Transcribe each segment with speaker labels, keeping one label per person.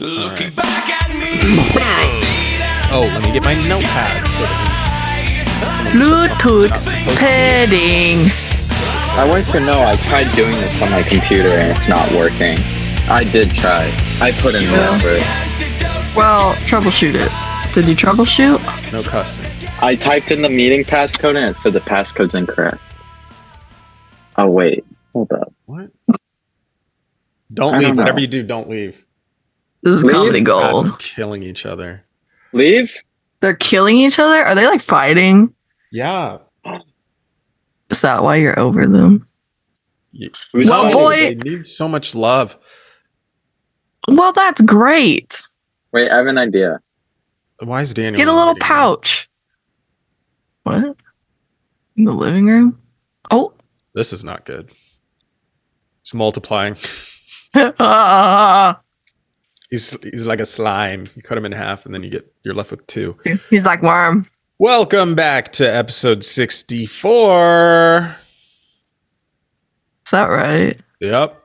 Speaker 1: Looking back at me,
Speaker 2: Oh, let me get my notepad. so that
Speaker 3: Bluetooth padding.
Speaker 4: I want to know. I tried doing this on my computer and it's not working. I did try. I put in the
Speaker 3: Yeah.
Speaker 4: effort.
Speaker 3: Well, troubleshoot it. Did you troubleshoot?
Speaker 2: we- No cussing.
Speaker 4: I typed in the meeting passcode and it said the passcode's incorrect. Oh wait, hold up.
Speaker 2: What? Don't
Speaker 4: I
Speaker 2: leave.
Speaker 4: don't know.
Speaker 2: Whatever you do, don't leave.
Speaker 3: This is
Speaker 4: Leave?
Speaker 3: comedy gold.
Speaker 2: God's killing each other.
Speaker 4: Leave.
Speaker 3: They're killing each other? Are they like fighting?
Speaker 2: Yeah.
Speaker 3: Is that why you're over them?
Speaker 4: Who's
Speaker 2: No,
Speaker 3: Well,
Speaker 4: fighting?
Speaker 3: boy-
Speaker 2: They need so much love.
Speaker 3: Well, that's great.
Speaker 4: Wait, I have an idea.
Speaker 2: Why is Daniel?
Speaker 3: Get a little
Speaker 2: reading this?
Speaker 3: pouch. What? In the living room? Oh.
Speaker 2: This is not good. It's multiplying. He's he's like a slime. You cut him in half, and then you get you're left with two.
Speaker 3: He's like worm.
Speaker 2: Welcome back to episode sixty four.
Speaker 3: Is that right?
Speaker 2: Yep.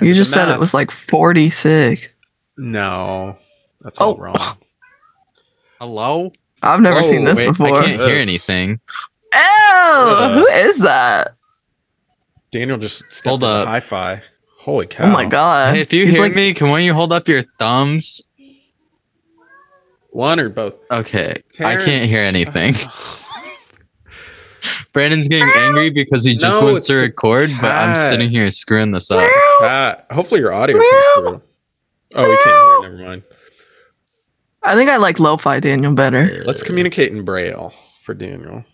Speaker 2: I
Speaker 3: You
Speaker 2: did
Speaker 3: just
Speaker 2: the
Speaker 3: said it
Speaker 2: math.
Speaker 3: was like 46.
Speaker 2: No, that's all
Speaker 3: Oh.
Speaker 2: wrong.
Speaker 5: Hello?
Speaker 3: I've never
Speaker 2: Oh,
Speaker 3: seen this
Speaker 2: wait, I
Speaker 3: before.
Speaker 5: I
Speaker 3: Oh,
Speaker 5: can't hear
Speaker 2: Yes.
Speaker 5: anything.
Speaker 2: Yeah.
Speaker 3: who is that?
Speaker 2: Daniel just stepped
Speaker 5: Hold
Speaker 2: on
Speaker 5: up.
Speaker 2: Hi-fi. Holy cow!
Speaker 3: Oh my god.
Speaker 5: Hey, if you
Speaker 3: He's
Speaker 5: hear
Speaker 3: like-
Speaker 5: me, can one of you hold up your thumbs?
Speaker 2: One or both.
Speaker 5: Okay. I can't hear
Speaker 2: Terrence.
Speaker 5: anything. Brandon's getting angry because he just
Speaker 2: No,
Speaker 5: wants
Speaker 2: it's
Speaker 5: to
Speaker 2: the
Speaker 5: record, but I'm
Speaker 2: cat.
Speaker 5: sitting here screwing this up.
Speaker 2: Cat. Hopefully your audio comes through. Oh, we can't hear. Never mind.
Speaker 3: I think I like lo-fi Daniel better.
Speaker 2: Let's communicate in braille for Daniel.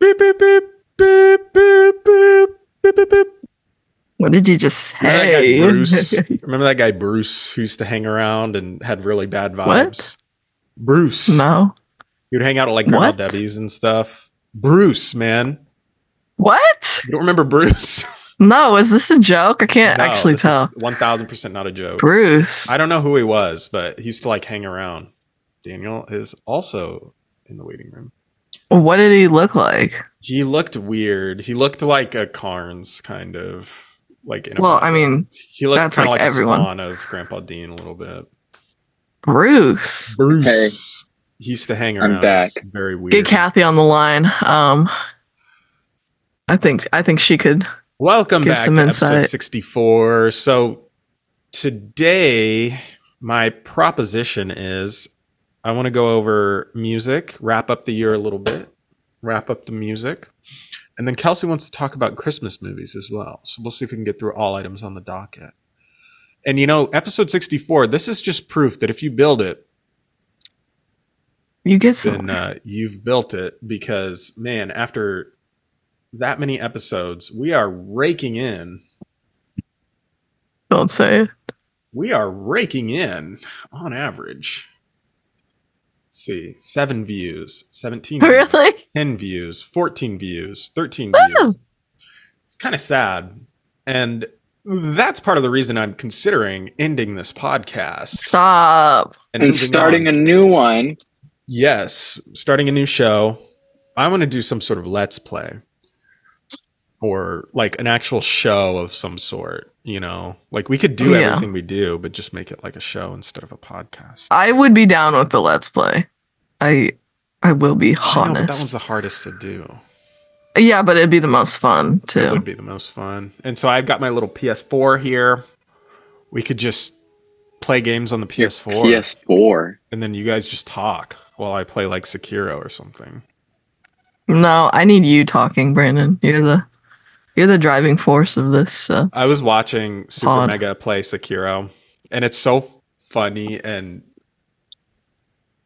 Speaker 2: Beep beep beep beep beep beep beep beep. beep.
Speaker 3: What did you just
Speaker 2: Remember
Speaker 3: say?
Speaker 2: that guy Bruce? Remember that guy Bruce who used to hang around and had really bad vibes?
Speaker 3: What?
Speaker 2: Bruce.
Speaker 3: no.
Speaker 2: He would hang out at like Colonel
Speaker 3: What?
Speaker 2: Debbie's and stuff. Bruce, man.
Speaker 3: What?
Speaker 2: You don't remember Bruce?
Speaker 3: No, is this a joke? I can't
Speaker 2: No,
Speaker 3: actually
Speaker 2: this is
Speaker 3: tell.
Speaker 2: 1000% not a joke.
Speaker 3: Bruce.
Speaker 2: I don't know who he was, but he used to like hang around. Daniel is also in the waiting room.
Speaker 3: What did he look like?
Speaker 2: He looked weird. He looked like a Carnes, kind of like. In a
Speaker 3: Well,
Speaker 2: way.
Speaker 3: I mean,
Speaker 2: he looked
Speaker 3: that's
Speaker 2: kind of
Speaker 3: like
Speaker 2: like, a
Speaker 3: everyone.
Speaker 2: spawn of Grandpa Dean a little bit.
Speaker 3: Bruce.
Speaker 2: Bruce he used to hang
Speaker 4: I'm
Speaker 2: around.
Speaker 4: back.
Speaker 2: It's Very weird.
Speaker 3: Get Kathy on the line. Um I think I think she could
Speaker 2: Welcome
Speaker 3: Give
Speaker 2: back
Speaker 3: some
Speaker 2: to
Speaker 3: insight.
Speaker 2: episode 64. So today my proposition is I want to go over music, wrap up the year a little bit, wrap up the music. And then Kelsey wants to talk about Christmas movies as well. So we'll see if we can get through all items on the docket. And you know, episode 64, this is just proof that if you build it,
Speaker 3: you get some
Speaker 2: then uh, you've built it because man after that many episodes we are raking in
Speaker 3: don't say it.
Speaker 2: we are raking in on average let's see 7 views 17 views,
Speaker 3: Really?
Speaker 2: 10 views 14 views 13
Speaker 3: Woo!
Speaker 2: views it's kind of sad and that's part of the reason i'm considering ending this podcast
Speaker 3: Stop.
Speaker 4: And
Speaker 2: moving on.
Speaker 4: starting a new one.
Speaker 2: Yes, starting a new show. I want to do some sort of let's play or like an actual show of some sort, you know. Like we could do
Speaker 3: Yeah.
Speaker 2: everything we do, but just make it like a show instead of a podcast.
Speaker 3: I would be down with the let's play. I I will be
Speaker 2: I know, but that one's
Speaker 3: honest.
Speaker 2: the hardest to do.
Speaker 3: yeah, but it'd be the most fun
Speaker 2: It
Speaker 3: too.
Speaker 2: would be the most fun. And so I've got my little PS4 here. We could just play games on the
Speaker 4: Your
Speaker 2: PS4
Speaker 4: PS4.
Speaker 2: and then you guys just talk while I play like Sekiro or something.
Speaker 3: No, I need you talking, Brandon. You're the you're the driving force of this. Uh,
Speaker 2: I was watching Super
Speaker 3: Odd.
Speaker 2: Mega play Sekiro, and it's so funny and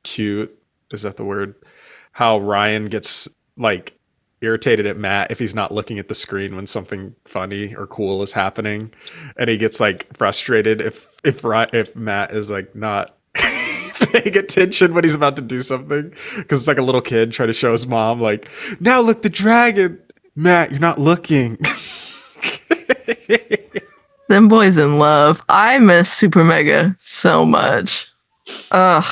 Speaker 2: cute. Is that the word? How Ryan gets like irritated at Matt if he's not looking at the screen when something funny or cool is happening, and he gets like frustrated if if Ry- if Matt is like not. paying attention when he's about to do something because it's like a little kid trying to show his mom like now look the dragon matt you're not looking
Speaker 3: them boys in love. I miss Super Mega so much. Ugh,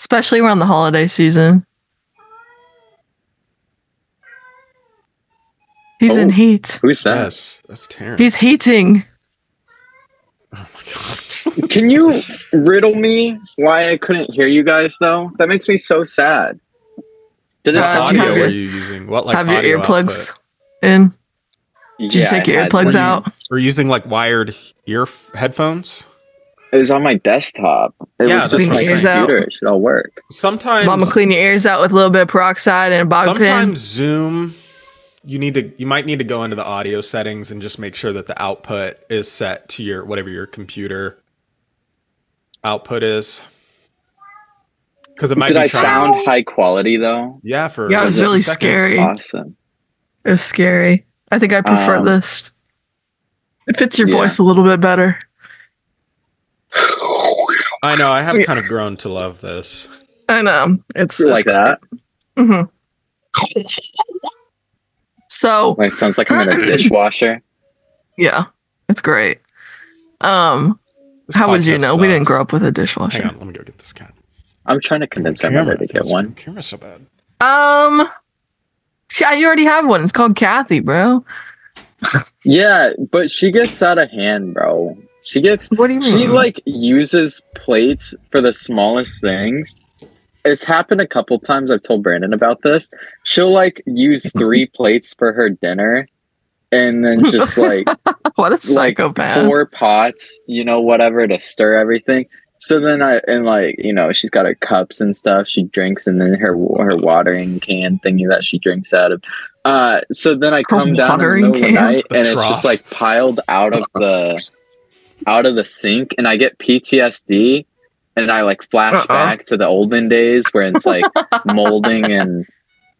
Speaker 3: especially around the holiday season. He's in
Speaker 5: Oh.
Speaker 3: heat.
Speaker 5: Who's that?
Speaker 2: Yes, that's Terrence.
Speaker 3: He's heating.
Speaker 2: oh my god.
Speaker 5: Can you riddle me why I couldn't hear you guys though? That makes me so sad. Did it
Speaker 2: what
Speaker 3: Uh,
Speaker 5: sound
Speaker 2: audio
Speaker 3: have
Speaker 2: were
Speaker 3: your-
Speaker 5: good?
Speaker 2: you using? What like
Speaker 3: Have your
Speaker 2: audio
Speaker 3: earplugs
Speaker 2: output?
Speaker 3: in. Did you
Speaker 5: Yeah,
Speaker 3: take
Speaker 5: I
Speaker 3: your
Speaker 5: had-
Speaker 3: earplugs
Speaker 5: when-
Speaker 3: out?
Speaker 2: Were you using like wired ear f- headphones?
Speaker 5: It was on my desktop. It
Speaker 2: Yeah, that's
Speaker 5: was just
Speaker 2: what
Speaker 5: my
Speaker 2: I'm saying.
Speaker 5: computer. It should all work.
Speaker 2: Sometimes
Speaker 3: Mama, clean your ears out with a little bit of peroxide and a bog
Speaker 2: sometimes Zoom you need to you might need to go into the audio settings and just make sure that the output is set to your whatever your computer output is. Cuz it might
Speaker 5: Did
Speaker 2: be
Speaker 5: I
Speaker 2: trying-
Speaker 5: sound high quality though?
Speaker 2: Yeah, for
Speaker 3: Yeah, it was
Speaker 2: seconds.
Speaker 3: really scary. Great.
Speaker 5: Awesome.
Speaker 3: pin. It's scary. I think I prefer
Speaker 5: Um,
Speaker 3: this. It fits your
Speaker 5: yeah.
Speaker 3: voice a little bit better.
Speaker 2: I know, I have
Speaker 3: Yeah.
Speaker 2: kind of grown to love this.
Speaker 3: I know. It's,
Speaker 5: like that.
Speaker 3: hmm So
Speaker 5: Like sounds like I'm in a dishwasher.
Speaker 3: yeah, it's great. Um,
Speaker 2: This
Speaker 3: how would you
Speaker 2: podcast
Speaker 3: know? We didn't
Speaker 2: sucks.
Speaker 3: grow up with a
Speaker 2: Hang
Speaker 3: dishwasher.
Speaker 2: on, let me go get this cat.
Speaker 5: I'm trying to convince my mother to get
Speaker 2: this
Speaker 5: one.
Speaker 2: Camera so bad.
Speaker 3: Um, yeah, you already have one. It's called Kathy, bro.
Speaker 5: Yeah, but she gets out of hand, bro. She gets
Speaker 3: What do you mean?
Speaker 5: She like uses plates for the smallest things. It's happened a couple times. I've told Brandon about this. She'll like use three plates for her dinner, and then just like
Speaker 3: what a
Speaker 5: like
Speaker 3: psychopath.
Speaker 5: four pots, you know, whatever to stir everything. So then I and like you know she's got her cups and stuff she drinks and then her her watering can thingy that she drinks out of. Uh, so then I come down in the
Speaker 3: watering
Speaker 5: middle of the
Speaker 3: can?
Speaker 5: night
Speaker 2: The
Speaker 5: and it's
Speaker 2: trough.
Speaker 5: just like piled out of the out of the sink and I get PTSD and I like flash
Speaker 3: Uh-oh.
Speaker 5: back to the olden days where it's like molding and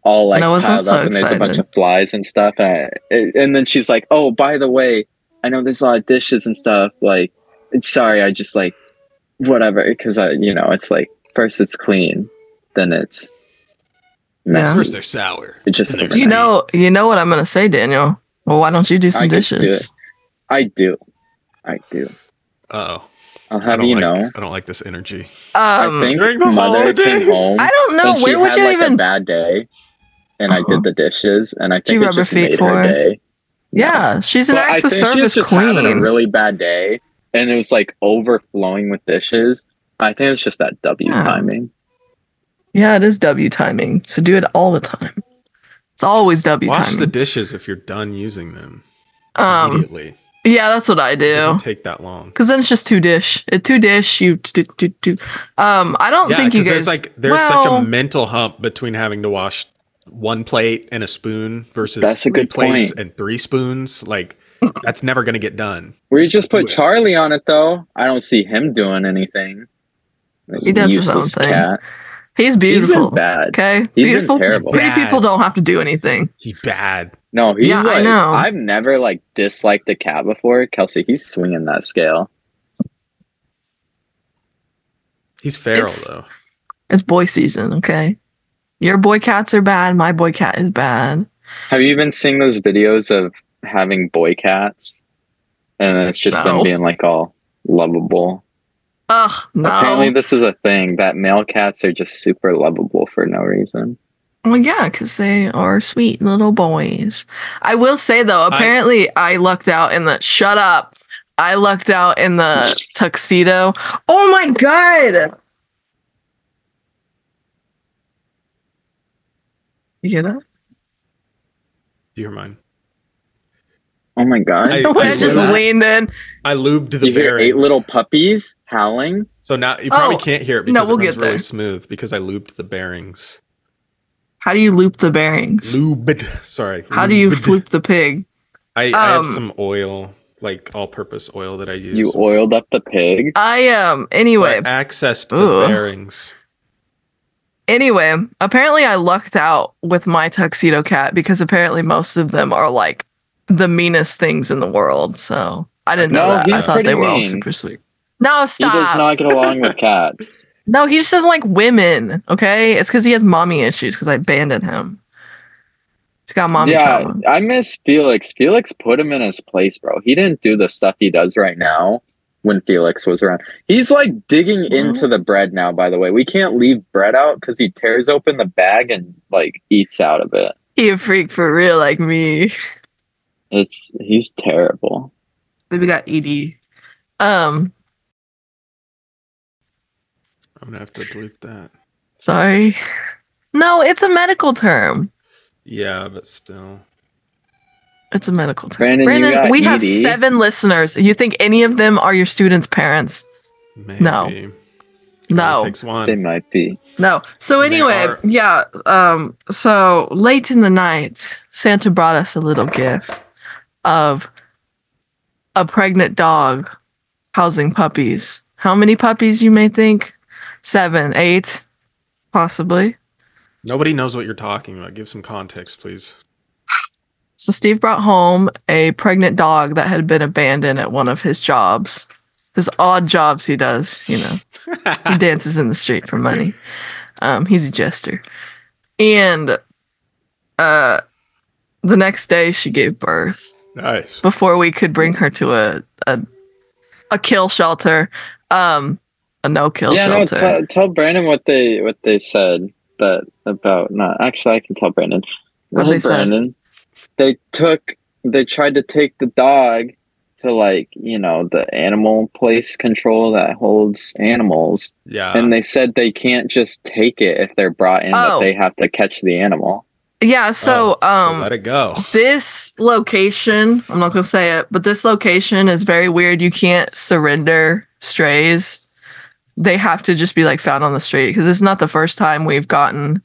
Speaker 5: all like
Speaker 3: No, it
Speaker 5: piled
Speaker 3: sounds so
Speaker 5: up and there's a bunch
Speaker 3: excited.
Speaker 5: of flies and stuff. And, I, it- and then she's like, "Oh, by the way, I know there's a lot of dishes and stuff. Like, it's- sorry, I just like whatever because I, you know, it's like first it's clean, then it's
Speaker 3: Yeah.
Speaker 5: messy.
Speaker 2: First they're sour.
Speaker 5: It just
Speaker 2: and they're
Speaker 3: you know, you know what I'm gonna say, Daniel. Well, why don't you do some
Speaker 5: I could do
Speaker 3: dishes?
Speaker 5: I do, I do.
Speaker 2: Uh-oh.
Speaker 5: I'll
Speaker 2: I
Speaker 5: have
Speaker 2: don't
Speaker 5: you
Speaker 2: like-
Speaker 5: know.
Speaker 2: I don't like this energy.
Speaker 3: Um,
Speaker 5: I think
Speaker 2: During the
Speaker 5: mother came
Speaker 2: holidays?
Speaker 5: home.
Speaker 3: I don't know.
Speaker 5: and
Speaker 3: Where would
Speaker 5: had,
Speaker 3: you
Speaker 5: like, a
Speaker 3: even?
Speaker 5: bad day, and I
Speaker 3: Uh-huh.
Speaker 5: did the dishes, and I
Speaker 3: Do you
Speaker 5: think it
Speaker 3: rub her
Speaker 5: just
Speaker 3: feet
Speaker 5: made
Speaker 3: for
Speaker 5: her
Speaker 3: it?
Speaker 5: day.
Speaker 3: yeah, she's an
Speaker 5: But
Speaker 3: acts
Speaker 5: I
Speaker 3: of
Speaker 5: think she was
Speaker 3: service
Speaker 5: just having
Speaker 3: queen.
Speaker 5: a really bad day, and it was like overflowing with dishes. I think it's just that W
Speaker 3: Yeah.
Speaker 5: timing.
Speaker 3: yeah, it is W timing. So do it all the time. It's always W
Speaker 2: Wash the
Speaker 3: timing.
Speaker 2: dishes if you're done using them
Speaker 3: um,
Speaker 2: immediately.
Speaker 3: yeah, that's what I
Speaker 2: It
Speaker 3: do.
Speaker 2: doesn't take that long.
Speaker 3: Cause then it's just two dish. It two dish. You do do do. Um, I don't
Speaker 2: Yeah,
Speaker 3: think you
Speaker 2: 'cause
Speaker 3: guys
Speaker 2: there's like there's
Speaker 3: well-
Speaker 2: such a mental hump between having to wash one plate and a spoon versus
Speaker 5: That's a
Speaker 2: three
Speaker 5: good
Speaker 2: plates
Speaker 5: point.
Speaker 2: and three spoons. Like that's never gonna get done.
Speaker 5: We just put
Speaker 2: Yeah.
Speaker 5: Charlie on it though. I don't see him doing anything. This
Speaker 3: He does his own
Speaker 5: useless
Speaker 3: thing.
Speaker 5: cat.
Speaker 3: he's
Speaker 5: He's
Speaker 3: beautiful.
Speaker 5: been bad.
Speaker 3: Okay,
Speaker 5: He's been
Speaker 3: beautiful.
Speaker 5: terrible.
Speaker 3: Pretty
Speaker 2: Bad.
Speaker 3: people don't have to do anything.
Speaker 2: He bad.
Speaker 5: No, he's
Speaker 3: Yeah, I
Speaker 5: like I
Speaker 3: know.
Speaker 5: have never like disliked a cat before. Kelsey, he's swinging that scale.
Speaker 2: He's feral
Speaker 3: It's-
Speaker 2: though.
Speaker 3: It's boy season. Okay, your boy cats are bad. My boy cat is bad.
Speaker 5: Have you been seeing those videos of having boy cats? And it's just
Speaker 3: No.
Speaker 5: them being like all lovable.
Speaker 3: Ugh,
Speaker 5: Apparently,
Speaker 3: no.
Speaker 5: this is a thing that male cats are just super lovable for no reason.
Speaker 3: Well, yeah, because they are sweet little boys. I will say though, apparently I, lucked out in the shut up. I lucked out in the tuxedo. Oh my god! You hear that?
Speaker 2: Do you hear mine?
Speaker 5: Oh my god!
Speaker 2: I-
Speaker 3: I,
Speaker 2: I
Speaker 3: just
Speaker 2: will-
Speaker 3: leaned in.
Speaker 2: I lubed the
Speaker 5: you hear eight
Speaker 2: bearings.
Speaker 5: little puppies howling.
Speaker 2: So now you probably
Speaker 3: Oh,
Speaker 2: can't hear it
Speaker 3: no,
Speaker 2: because
Speaker 3: we'll
Speaker 2: it runs
Speaker 3: get
Speaker 2: really
Speaker 3: there.
Speaker 2: smooth because I lubed the bearings.
Speaker 3: How do you loop the bearings?
Speaker 2: Lubed. Sorry.
Speaker 3: How do you
Speaker 2: lubed.
Speaker 3: floop the pig?
Speaker 2: I, I have
Speaker 3: um,
Speaker 2: some oil, like all-purpose oil that I use.
Speaker 5: You oiled up the pig.
Speaker 3: I um anyway,
Speaker 2: I accessed
Speaker 3: Ugh.
Speaker 2: the bearings.
Speaker 3: anyway, apparently I lucked out with my tuxedo cat because apparently most of them are like the meanest things in the world. So I didn't know
Speaker 5: No,
Speaker 3: that. I
Speaker 5: he's
Speaker 3: thought they
Speaker 5: pretty
Speaker 3: were all
Speaker 5: mean.
Speaker 3: super sweet. No,
Speaker 5: He does
Speaker 3: stop.
Speaker 5: not get along with cats.
Speaker 3: no, he just doesn't like women. Okay, it's because he has mommy issues because I abandoned him. He's got mommy
Speaker 5: yeah,
Speaker 3: trauma.
Speaker 5: I miss Felix. Felix put him in his place, bro. He didn't do the stuff he does right now when Felix was around. He's like digging
Speaker 3: Yeah.
Speaker 5: into the bread now, by the way. We can't leave bread out because he tears open the bag and like eats out of it.
Speaker 3: He a freak for real, like me.
Speaker 4: It's he's terrible.
Speaker 3: Then we got E Edie. Um,
Speaker 2: I'm gonna have to delete that.
Speaker 3: sorry. No, it's a medical term.
Speaker 2: Yeah, but still.
Speaker 3: It's a medical term.
Speaker 4: Brandon, you
Speaker 3: Brandon,
Speaker 4: got E
Speaker 3: we have
Speaker 4: Edie.
Speaker 3: seven listeners. You think any of them are your students' parents?
Speaker 2: Maybe. Only
Speaker 3: No,
Speaker 2: Takes
Speaker 4: They
Speaker 2: one.
Speaker 4: might be.
Speaker 3: no. So
Speaker 2: They
Speaker 3: anyway,
Speaker 2: are-
Speaker 3: yeah. Um, so late in the night, Santa brought us a little gift of a pregnant dog housing puppies. How many puppies you may think? Seven, eight, possibly.
Speaker 2: Nobody knows what you're talking about. Give some context, please.
Speaker 3: So Steve brought home a pregnant dog that had been abandoned at one of his jobs. His odd jobs he does, you know. He dances in the street for money. Um, he's a jester. And uh the next day she gave birth
Speaker 2: nice.
Speaker 3: before we could bring her to a a, a kill shelter. Um a no kill
Speaker 4: yeah, no,
Speaker 3: shelter.
Speaker 4: tell, tell Brandon what they what they said that about not actually I can tell Brandon.
Speaker 3: What
Speaker 4: Hey,
Speaker 3: they said.
Speaker 4: Brandon. They took they tried to take the dog to like, you know, the animal place control that holds animals.
Speaker 3: Uh.
Speaker 2: Yeah.
Speaker 4: and they said they can't just take it if they're brought in
Speaker 3: Oh.
Speaker 4: that they have to catch the animal.
Speaker 3: yeah, so
Speaker 2: Oh,
Speaker 3: um
Speaker 2: let it go.
Speaker 3: this location, I'm not going to say it, but this location is very weird. You can't surrender strays. They have to just be like found on the street because it's not the first time we've gotten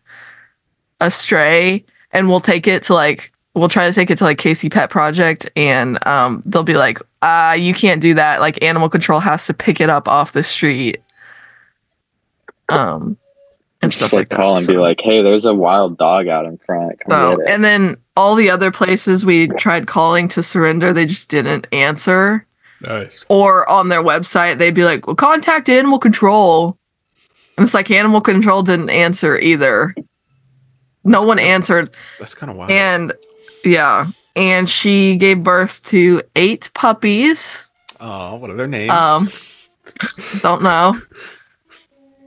Speaker 3: a stray and we'll take it to like, we'll try to take it to like Casey Pet Project and um, they'll be like, uh, you can't do that. Like animal control has to pick it up off the street. Um, and
Speaker 4: It's
Speaker 3: stuff
Speaker 4: just
Speaker 3: like,
Speaker 4: like,
Speaker 3: that.
Speaker 4: call and be
Speaker 3: so-
Speaker 4: like, "Hey, there's a wild dog out in front. Come
Speaker 3: so,
Speaker 4: get it."
Speaker 3: and then all the other places we tried calling to surrender, they just didn't answer.
Speaker 2: Nice.
Speaker 3: Or on their website, they'd be like, well, contact animal control. And it's like animal control didn't answer either. No
Speaker 2: That's
Speaker 3: one
Speaker 2: kinda-
Speaker 3: answered.
Speaker 2: That's kind of wild.
Speaker 3: And yeah. And she gave birth to eight puppies.
Speaker 2: oh, what are their names?
Speaker 3: Um, Don't know.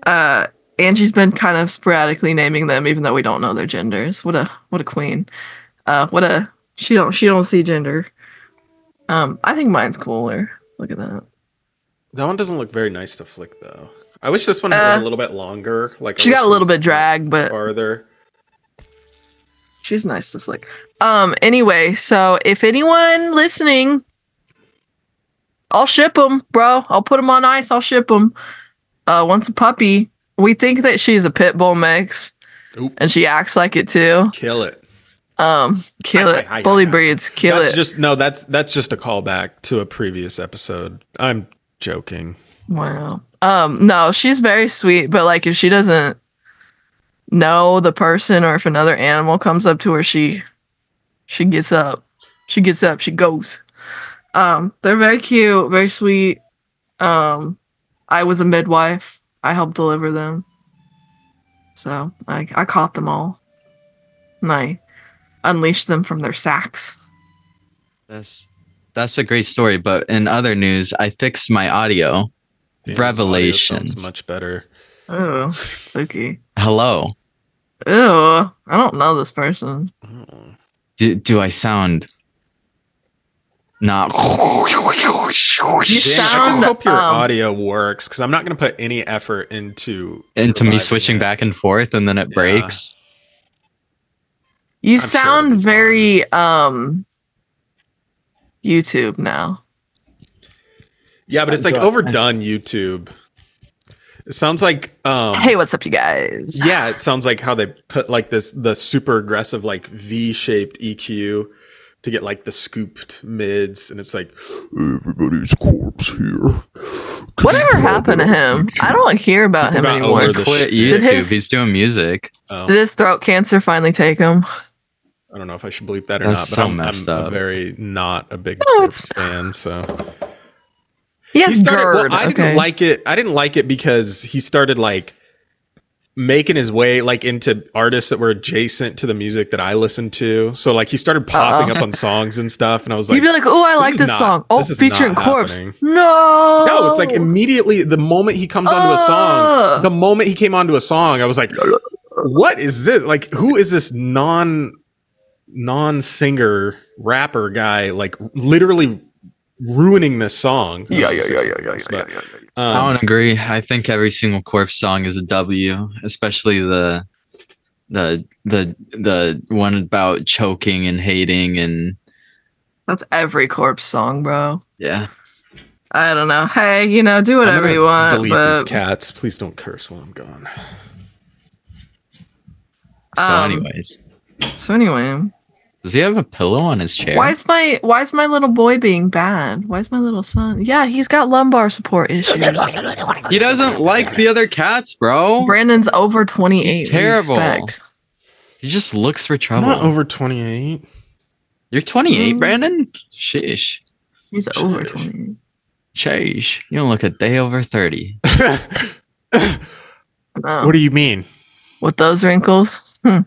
Speaker 3: Uh, and she's been kind of sporadically naming them, even though we don't know their genders. What a what a queen. Uh, what a she don't she don't see gender. Um, I think mine's cooler. Look at that.
Speaker 2: that one doesn't look very nice to flick though. I wish this one was
Speaker 3: Uh,
Speaker 2: a little bit longer. Like I
Speaker 3: She
Speaker 2: wish
Speaker 3: got a
Speaker 2: it
Speaker 3: little
Speaker 2: was
Speaker 3: bit drag, but
Speaker 2: farther.
Speaker 3: she's nice to flick. Um, anyway, so if anyone listening, I'll ship them, bro. I'll put them on ice. I'll ship them. Uh, once a puppy, we think that she's a pit bull mix,
Speaker 2: Oop.
Speaker 3: and she acts like it too.
Speaker 2: Kill it.
Speaker 3: Um, kill
Speaker 2: Hi,
Speaker 3: it.
Speaker 2: hi, hi,
Speaker 3: Bully
Speaker 2: hi, hi.
Speaker 3: breeds. Kill
Speaker 2: that's
Speaker 3: it.
Speaker 2: just no. That's that's just a callback to a previous episode. I'm joking.
Speaker 3: wow. Um, no, she's very sweet, but like if she doesn't know the person or if another animal comes up to her, she she gets up. She gets up, she goes. Um, they're very cute, very sweet. Um, I was a midwife. I helped deliver them. So I I caught them all. And I unleashed them from their sacks.
Speaker 5: That's that's a great story, but in other news, I fixed my audio.
Speaker 2: The
Speaker 5: Revelations.
Speaker 2: audio sounds Much better.
Speaker 3: Oh, spooky.
Speaker 5: Hello.
Speaker 3: Ew, I don't know this person.
Speaker 2: Oh.
Speaker 5: Do, do I sound not
Speaker 3: You
Speaker 2: Damn, I just
Speaker 3: sound,
Speaker 2: hope your
Speaker 3: um,
Speaker 2: audio works because I'm not going to put any effort into
Speaker 5: into me
Speaker 2: providing
Speaker 5: switching
Speaker 2: it.
Speaker 5: back and forth and then it
Speaker 2: Yeah.
Speaker 5: breaks?
Speaker 3: You
Speaker 2: I'm sure
Speaker 3: sound
Speaker 2: it'll be
Speaker 3: very um YouTube now.
Speaker 2: Yeah, but it's like
Speaker 5: Sounds-
Speaker 2: overdone YouTube. It sounds like um
Speaker 3: hey, what's up, you guys?
Speaker 2: yeah, it sounds like how they put like this the super aggressive like V-shaped EQ to get like the scooped mids and it's like everybody's corpse here.
Speaker 3: Whatever happened to him? I don't hear about him
Speaker 2: Got
Speaker 3: anymore.
Speaker 2: over
Speaker 5: Or
Speaker 2: the
Speaker 5: quit
Speaker 2: shit.
Speaker 5: YouTube.
Speaker 3: Did his-
Speaker 5: He's doing music.
Speaker 2: Oh,
Speaker 3: Did his throat cancer finally take him?
Speaker 2: I don't know if I should bleep that or
Speaker 5: That's so
Speaker 2: not, but I'm,
Speaker 5: messed
Speaker 2: I'm a
Speaker 5: up.
Speaker 2: very not a big
Speaker 3: No,
Speaker 2: corpse fan, so
Speaker 3: He has
Speaker 2: well,
Speaker 3: GERD.
Speaker 2: I
Speaker 3: okay.
Speaker 2: didn't like it. I didn't like it because he started like making his way like into artists that were adjacent to the music that I listened to. So like he started popping
Speaker 3: Uh-oh.
Speaker 2: up on songs and stuff, and I was
Speaker 3: You'd
Speaker 2: like,
Speaker 3: be like, "Oh, I like
Speaker 2: is
Speaker 3: this
Speaker 2: not-
Speaker 3: song. Oh,
Speaker 2: this is
Speaker 3: featuring
Speaker 2: not
Speaker 3: Corpse.
Speaker 2: happening.
Speaker 3: No,
Speaker 2: no, it's like immediately the moment he comes onto a
Speaker 3: Ugh.
Speaker 2: song, the moment he came onto a song, I was like, what is this? Like, who is this non non-singer rapper guy like literally ruining this song. I
Speaker 3: Yeah,
Speaker 2: was
Speaker 3: yeah,
Speaker 2: gonna
Speaker 3: yeah,
Speaker 2: say
Speaker 3: yeah,
Speaker 2: something
Speaker 3: yeah,
Speaker 2: else,
Speaker 3: yeah,
Speaker 2: but,
Speaker 3: yeah,
Speaker 2: um,
Speaker 5: I don't agree. I think every single Corpse song is a W, especially the the the the one about choking and hating and
Speaker 3: That's every corpse song, bro.
Speaker 5: yeah.
Speaker 3: I don't know. Hey, you know, do
Speaker 2: I'm
Speaker 3: whatever
Speaker 2: gonna
Speaker 3: you want,
Speaker 2: Delete these
Speaker 3: but
Speaker 2: cats. Please don't curse while I'm gone.
Speaker 5: So,
Speaker 3: Um,
Speaker 5: anyways,
Speaker 3: so anyway,
Speaker 5: does he have a pillow on his chair?
Speaker 3: why is my why is my little boy being bad? Why is my little son? Yeah, he's got lumbar support issues.
Speaker 5: he doesn't like the other cats, bro.
Speaker 3: Brandon's over twenty eight.
Speaker 5: He's terrible. He just looks for
Speaker 2: I'm
Speaker 5: trouble.
Speaker 2: not over 28.
Speaker 5: You're 28,
Speaker 3: Mm.
Speaker 5: Brandon. Sheesh,
Speaker 3: He's over
Speaker 2: Sheesh.
Speaker 3: twenty.
Speaker 5: sheesh. You don't look a day over 30.
Speaker 3: Oh. No.
Speaker 2: What do you mean?
Speaker 3: Um, With those wrinkles, hmm.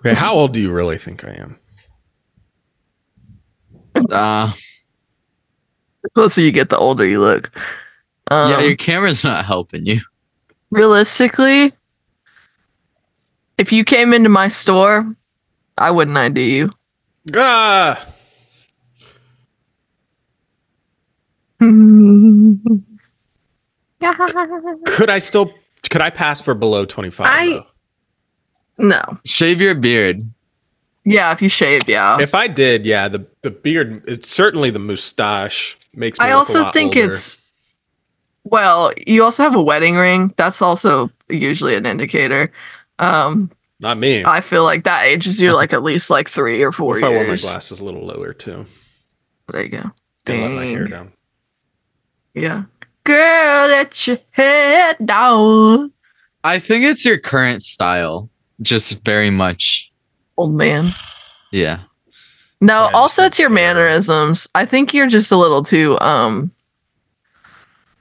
Speaker 2: Okay, how old do you really think I am?
Speaker 5: Uh,
Speaker 3: the closer you get, the older you look. Um,
Speaker 5: yeah, your camera's not helping you.
Speaker 3: realistically, if you came into my store, I wouldn't ID you.
Speaker 2: Ah, could I still could I pass for below 25?
Speaker 3: I-
Speaker 2: though?
Speaker 3: no.
Speaker 5: Shave your beard.
Speaker 3: Yeah, if you shave, yeah.
Speaker 2: If I did, yeah, the the beard, it's certainly the mustache makes me
Speaker 3: I
Speaker 2: look a
Speaker 3: also
Speaker 2: lot
Speaker 3: think
Speaker 2: older.
Speaker 3: it's well, you also have a wedding ring. That's also usually an indicator. Um,
Speaker 2: not me.
Speaker 3: I feel like that ages you like at least like three or four
Speaker 2: What if I
Speaker 3: years.
Speaker 2: wore my glasses a little lower too?
Speaker 3: There you go.
Speaker 2: Didn't let my hair
Speaker 3: Dang.
Speaker 2: down.
Speaker 3: Yeah. Girl, let your head down.
Speaker 5: I think it's your current style, just very much.
Speaker 3: Old man.
Speaker 5: Yeah.
Speaker 3: No,
Speaker 2: Yeah, just
Speaker 3: also
Speaker 2: like
Speaker 3: it's your
Speaker 2: the-
Speaker 3: mannerisms. I think you're just a little too um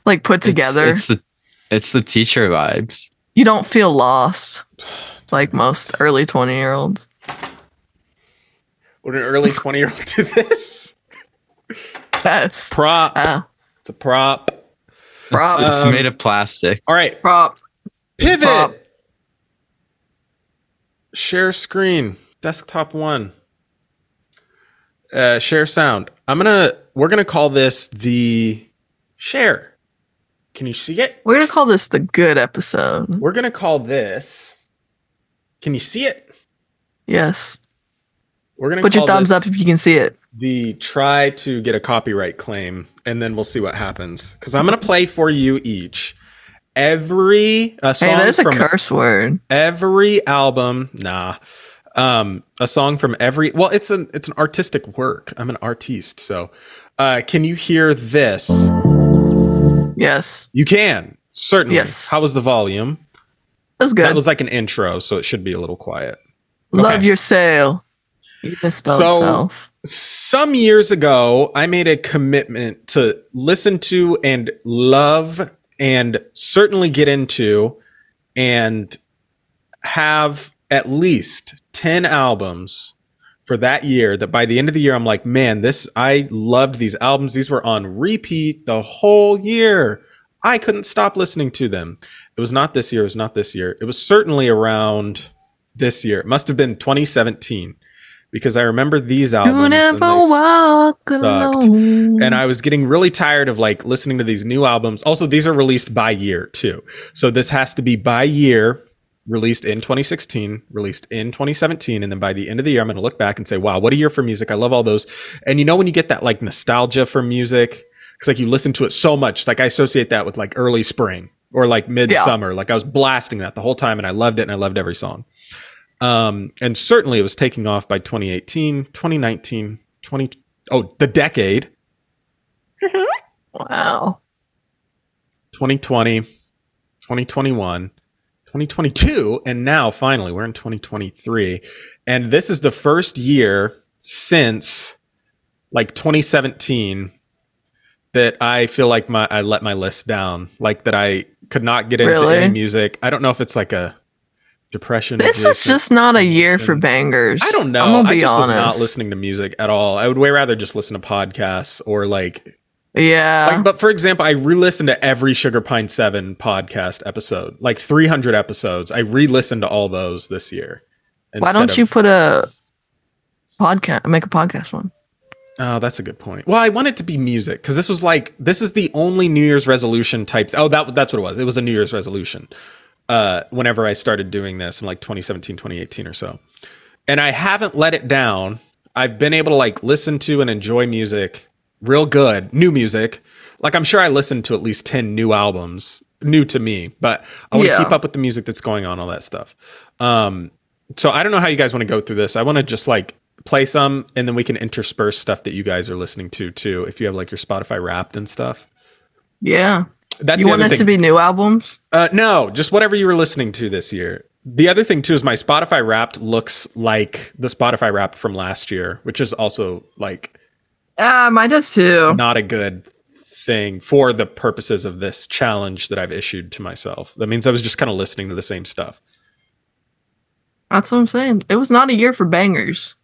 Speaker 3: like put
Speaker 5: It's-
Speaker 3: together.
Speaker 5: It's, the it's the teacher vibes.
Speaker 3: you don't feel lost like most early 20 year olds.
Speaker 2: Would an early 20 year old do this?
Speaker 3: Yes.
Speaker 2: Prop.
Speaker 3: Uh,
Speaker 2: It's a prop.
Speaker 5: It's,
Speaker 3: Prop.
Speaker 5: it's
Speaker 2: Um,
Speaker 5: made of plastic.
Speaker 2: All right,
Speaker 3: prop.
Speaker 2: pivot.
Speaker 3: Prop.
Speaker 2: Share screen, desktop one. Uh, share sound. I'm gonna. We're gonna call this the share. Can you see it?
Speaker 3: We're gonna call this the good episode.
Speaker 2: We're gonna call this. Can you see it?
Speaker 3: Yes.
Speaker 2: We're gonna
Speaker 3: Put your
Speaker 2: call
Speaker 3: thumbs
Speaker 2: this
Speaker 3: up if you can see it.
Speaker 2: The try to get a copyright claim, and then we'll see what happens. Because I'm gonna play for you each every uh, song
Speaker 3: Hey, there's a
Speaker 2: from
Speaker 3: curse word.
Speaker 2: every album nah um a song from every well it's an it's an artistic work i'm an artiste so uh can you hear this
Speaker 3: Yes.
Speaker 2: you can certainly
Speaker 3: Yes.
Speaker 2: how was the volume
Speaker 3: That's good.
Speaker 2: that was like an intro so it should be a little quiet
Speaker 3: Love
Speaker 2: okay.
Speaker 3: your sale. You misspelled
Speaker 2: So-
Speaker 3: self.
Speaker 2: some years ago i made a commitment to listen to and love and certainly get into and have at least 10 albums for that year that by the end of the year i'm like man this i loved these albums these were on repeat the whole year i couldn't stop listening to them it was not this year it was not this year it was certainly around this year it must have been 2017 because i remember these albums
Speaker 3: You
Speaker 2: and
Speaker 3: never
Speaker 2: they-
Speaker 3: walk alone.
Speaker 2: and I was getting really tired of like listening to these new albums. Also, these are released by year too. So this has to be by year, released in 2016, released in 2017, and then by the end of the year, I'm going to look back and say, "Wow, what a year for music! I love all those." And you know when you get that like nostalgia for music, it's like you listen to it so much. It's like I associate that with like early spring or like midsummer. Like I was blasting that the whole time, and I loved it, and I loved every song. Um, and certainly it was taking off by 2018, 2019, 20 oh, the decade.
Speaker 3: wow.
Speaker 2: 2020, 2021, 2022, and now finally we're in 2023. And this is the first year since like 2017 that I feel like my I let my list down, like that I could not get into
Speaker 3: Really?
Speaker 2: any music. I don't know if it's like a depression.
Speaker 3: This was
Speaker 2: adjacent-
Speaker 3: just not a year for
Speaker 2: Listen.
Speaker 3: bangers.
Speaker 2: I don't know.
Speaker 3: I'm gonna
Speaker 2: I
Speaker 3: be
Speaker 2: just was
Speaker 3: honest.
Speaker 2: not listening to music at all. I would way rather just listen to podcasts or like
Speaker 3: Yeah.
Speaker 2: like, but for example, I re-listened to every Sugar Pine Seven podcast episode, like 300 episodes. I re-listened to all those this year
Speaker 3: Why
Speaker 2: instead
Speaker 3: don't you
Speaker 2: of-
Speaker 3: put a podcast? Make a podcast one.
Speaker 2: Oh, that's a good point. Well, I want it to be music because this was like this is the only New Year's resolution type. Oh, that that's what it was. It was a New Year's resolution. Uh, whenever I started doing this in like 2017, 2018 or so, and I haven't let it down. I've been able to like listen to and enjoy music real good, new music. Like I'm sure I listened to at least 10 new albums, new to me, but I want to
Speaker 3: Yeah.
Speaker 2: keep up with the music that's going on, all that stuff. Um, so I don't know how you guys want to go through this. I want to just like play some and then we can intersperse stuff that you guys are listening to too. If you have like your Spotify wrapped and stuff.
Speaker 3: Yeah.
Speaker 2: That's
Speaker 3: you
Speaker 2: the
Speaker 3: want
Speaker 2: other thing.
Speaker 3: it to be new albums?
Speaker 2: Uh, no, just whatever you were listening to this year. The other thing too is my Spotify Wrapped looks like the Spotify Wrapped from last year, which is also like
Speaker 3: Ah, mine does too.
Speaker 2: not a good thing for the purposes of this challenge that I've issued to myself. That means I was just kind of listening to the same stuff.
Speaker 3: That's what I'm saying. It was not a year for bangers.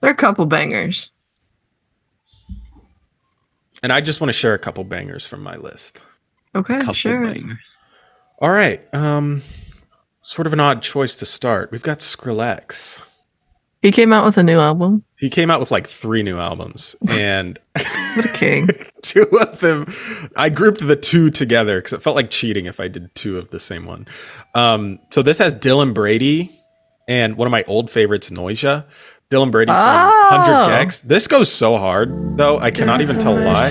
Speaker 3: There are a couple bangers.
Speaker 2: And I just want to share a couple bangers from my list.
Speaker 3: Okay,
Speaker 5: Couple
Speaker 3: sure.
Speaker 5: banger.
Speaker 2: All right. Um sort of an odd choice to start. We've got Skrillex.
Speaker 3: He came out with a new album.
Speaker 2: He came out with like three new albums and
Speaker 3: What a king.
Speaker 2: two of them i grouped the two together because it felt like cheating if i did two of the same one um so this has dylan brady and one of my old favorites noisia dylan brady from
Speaker 3: Oh.
Speaker 2: 100 gex this goes so hard though i cannot even tell why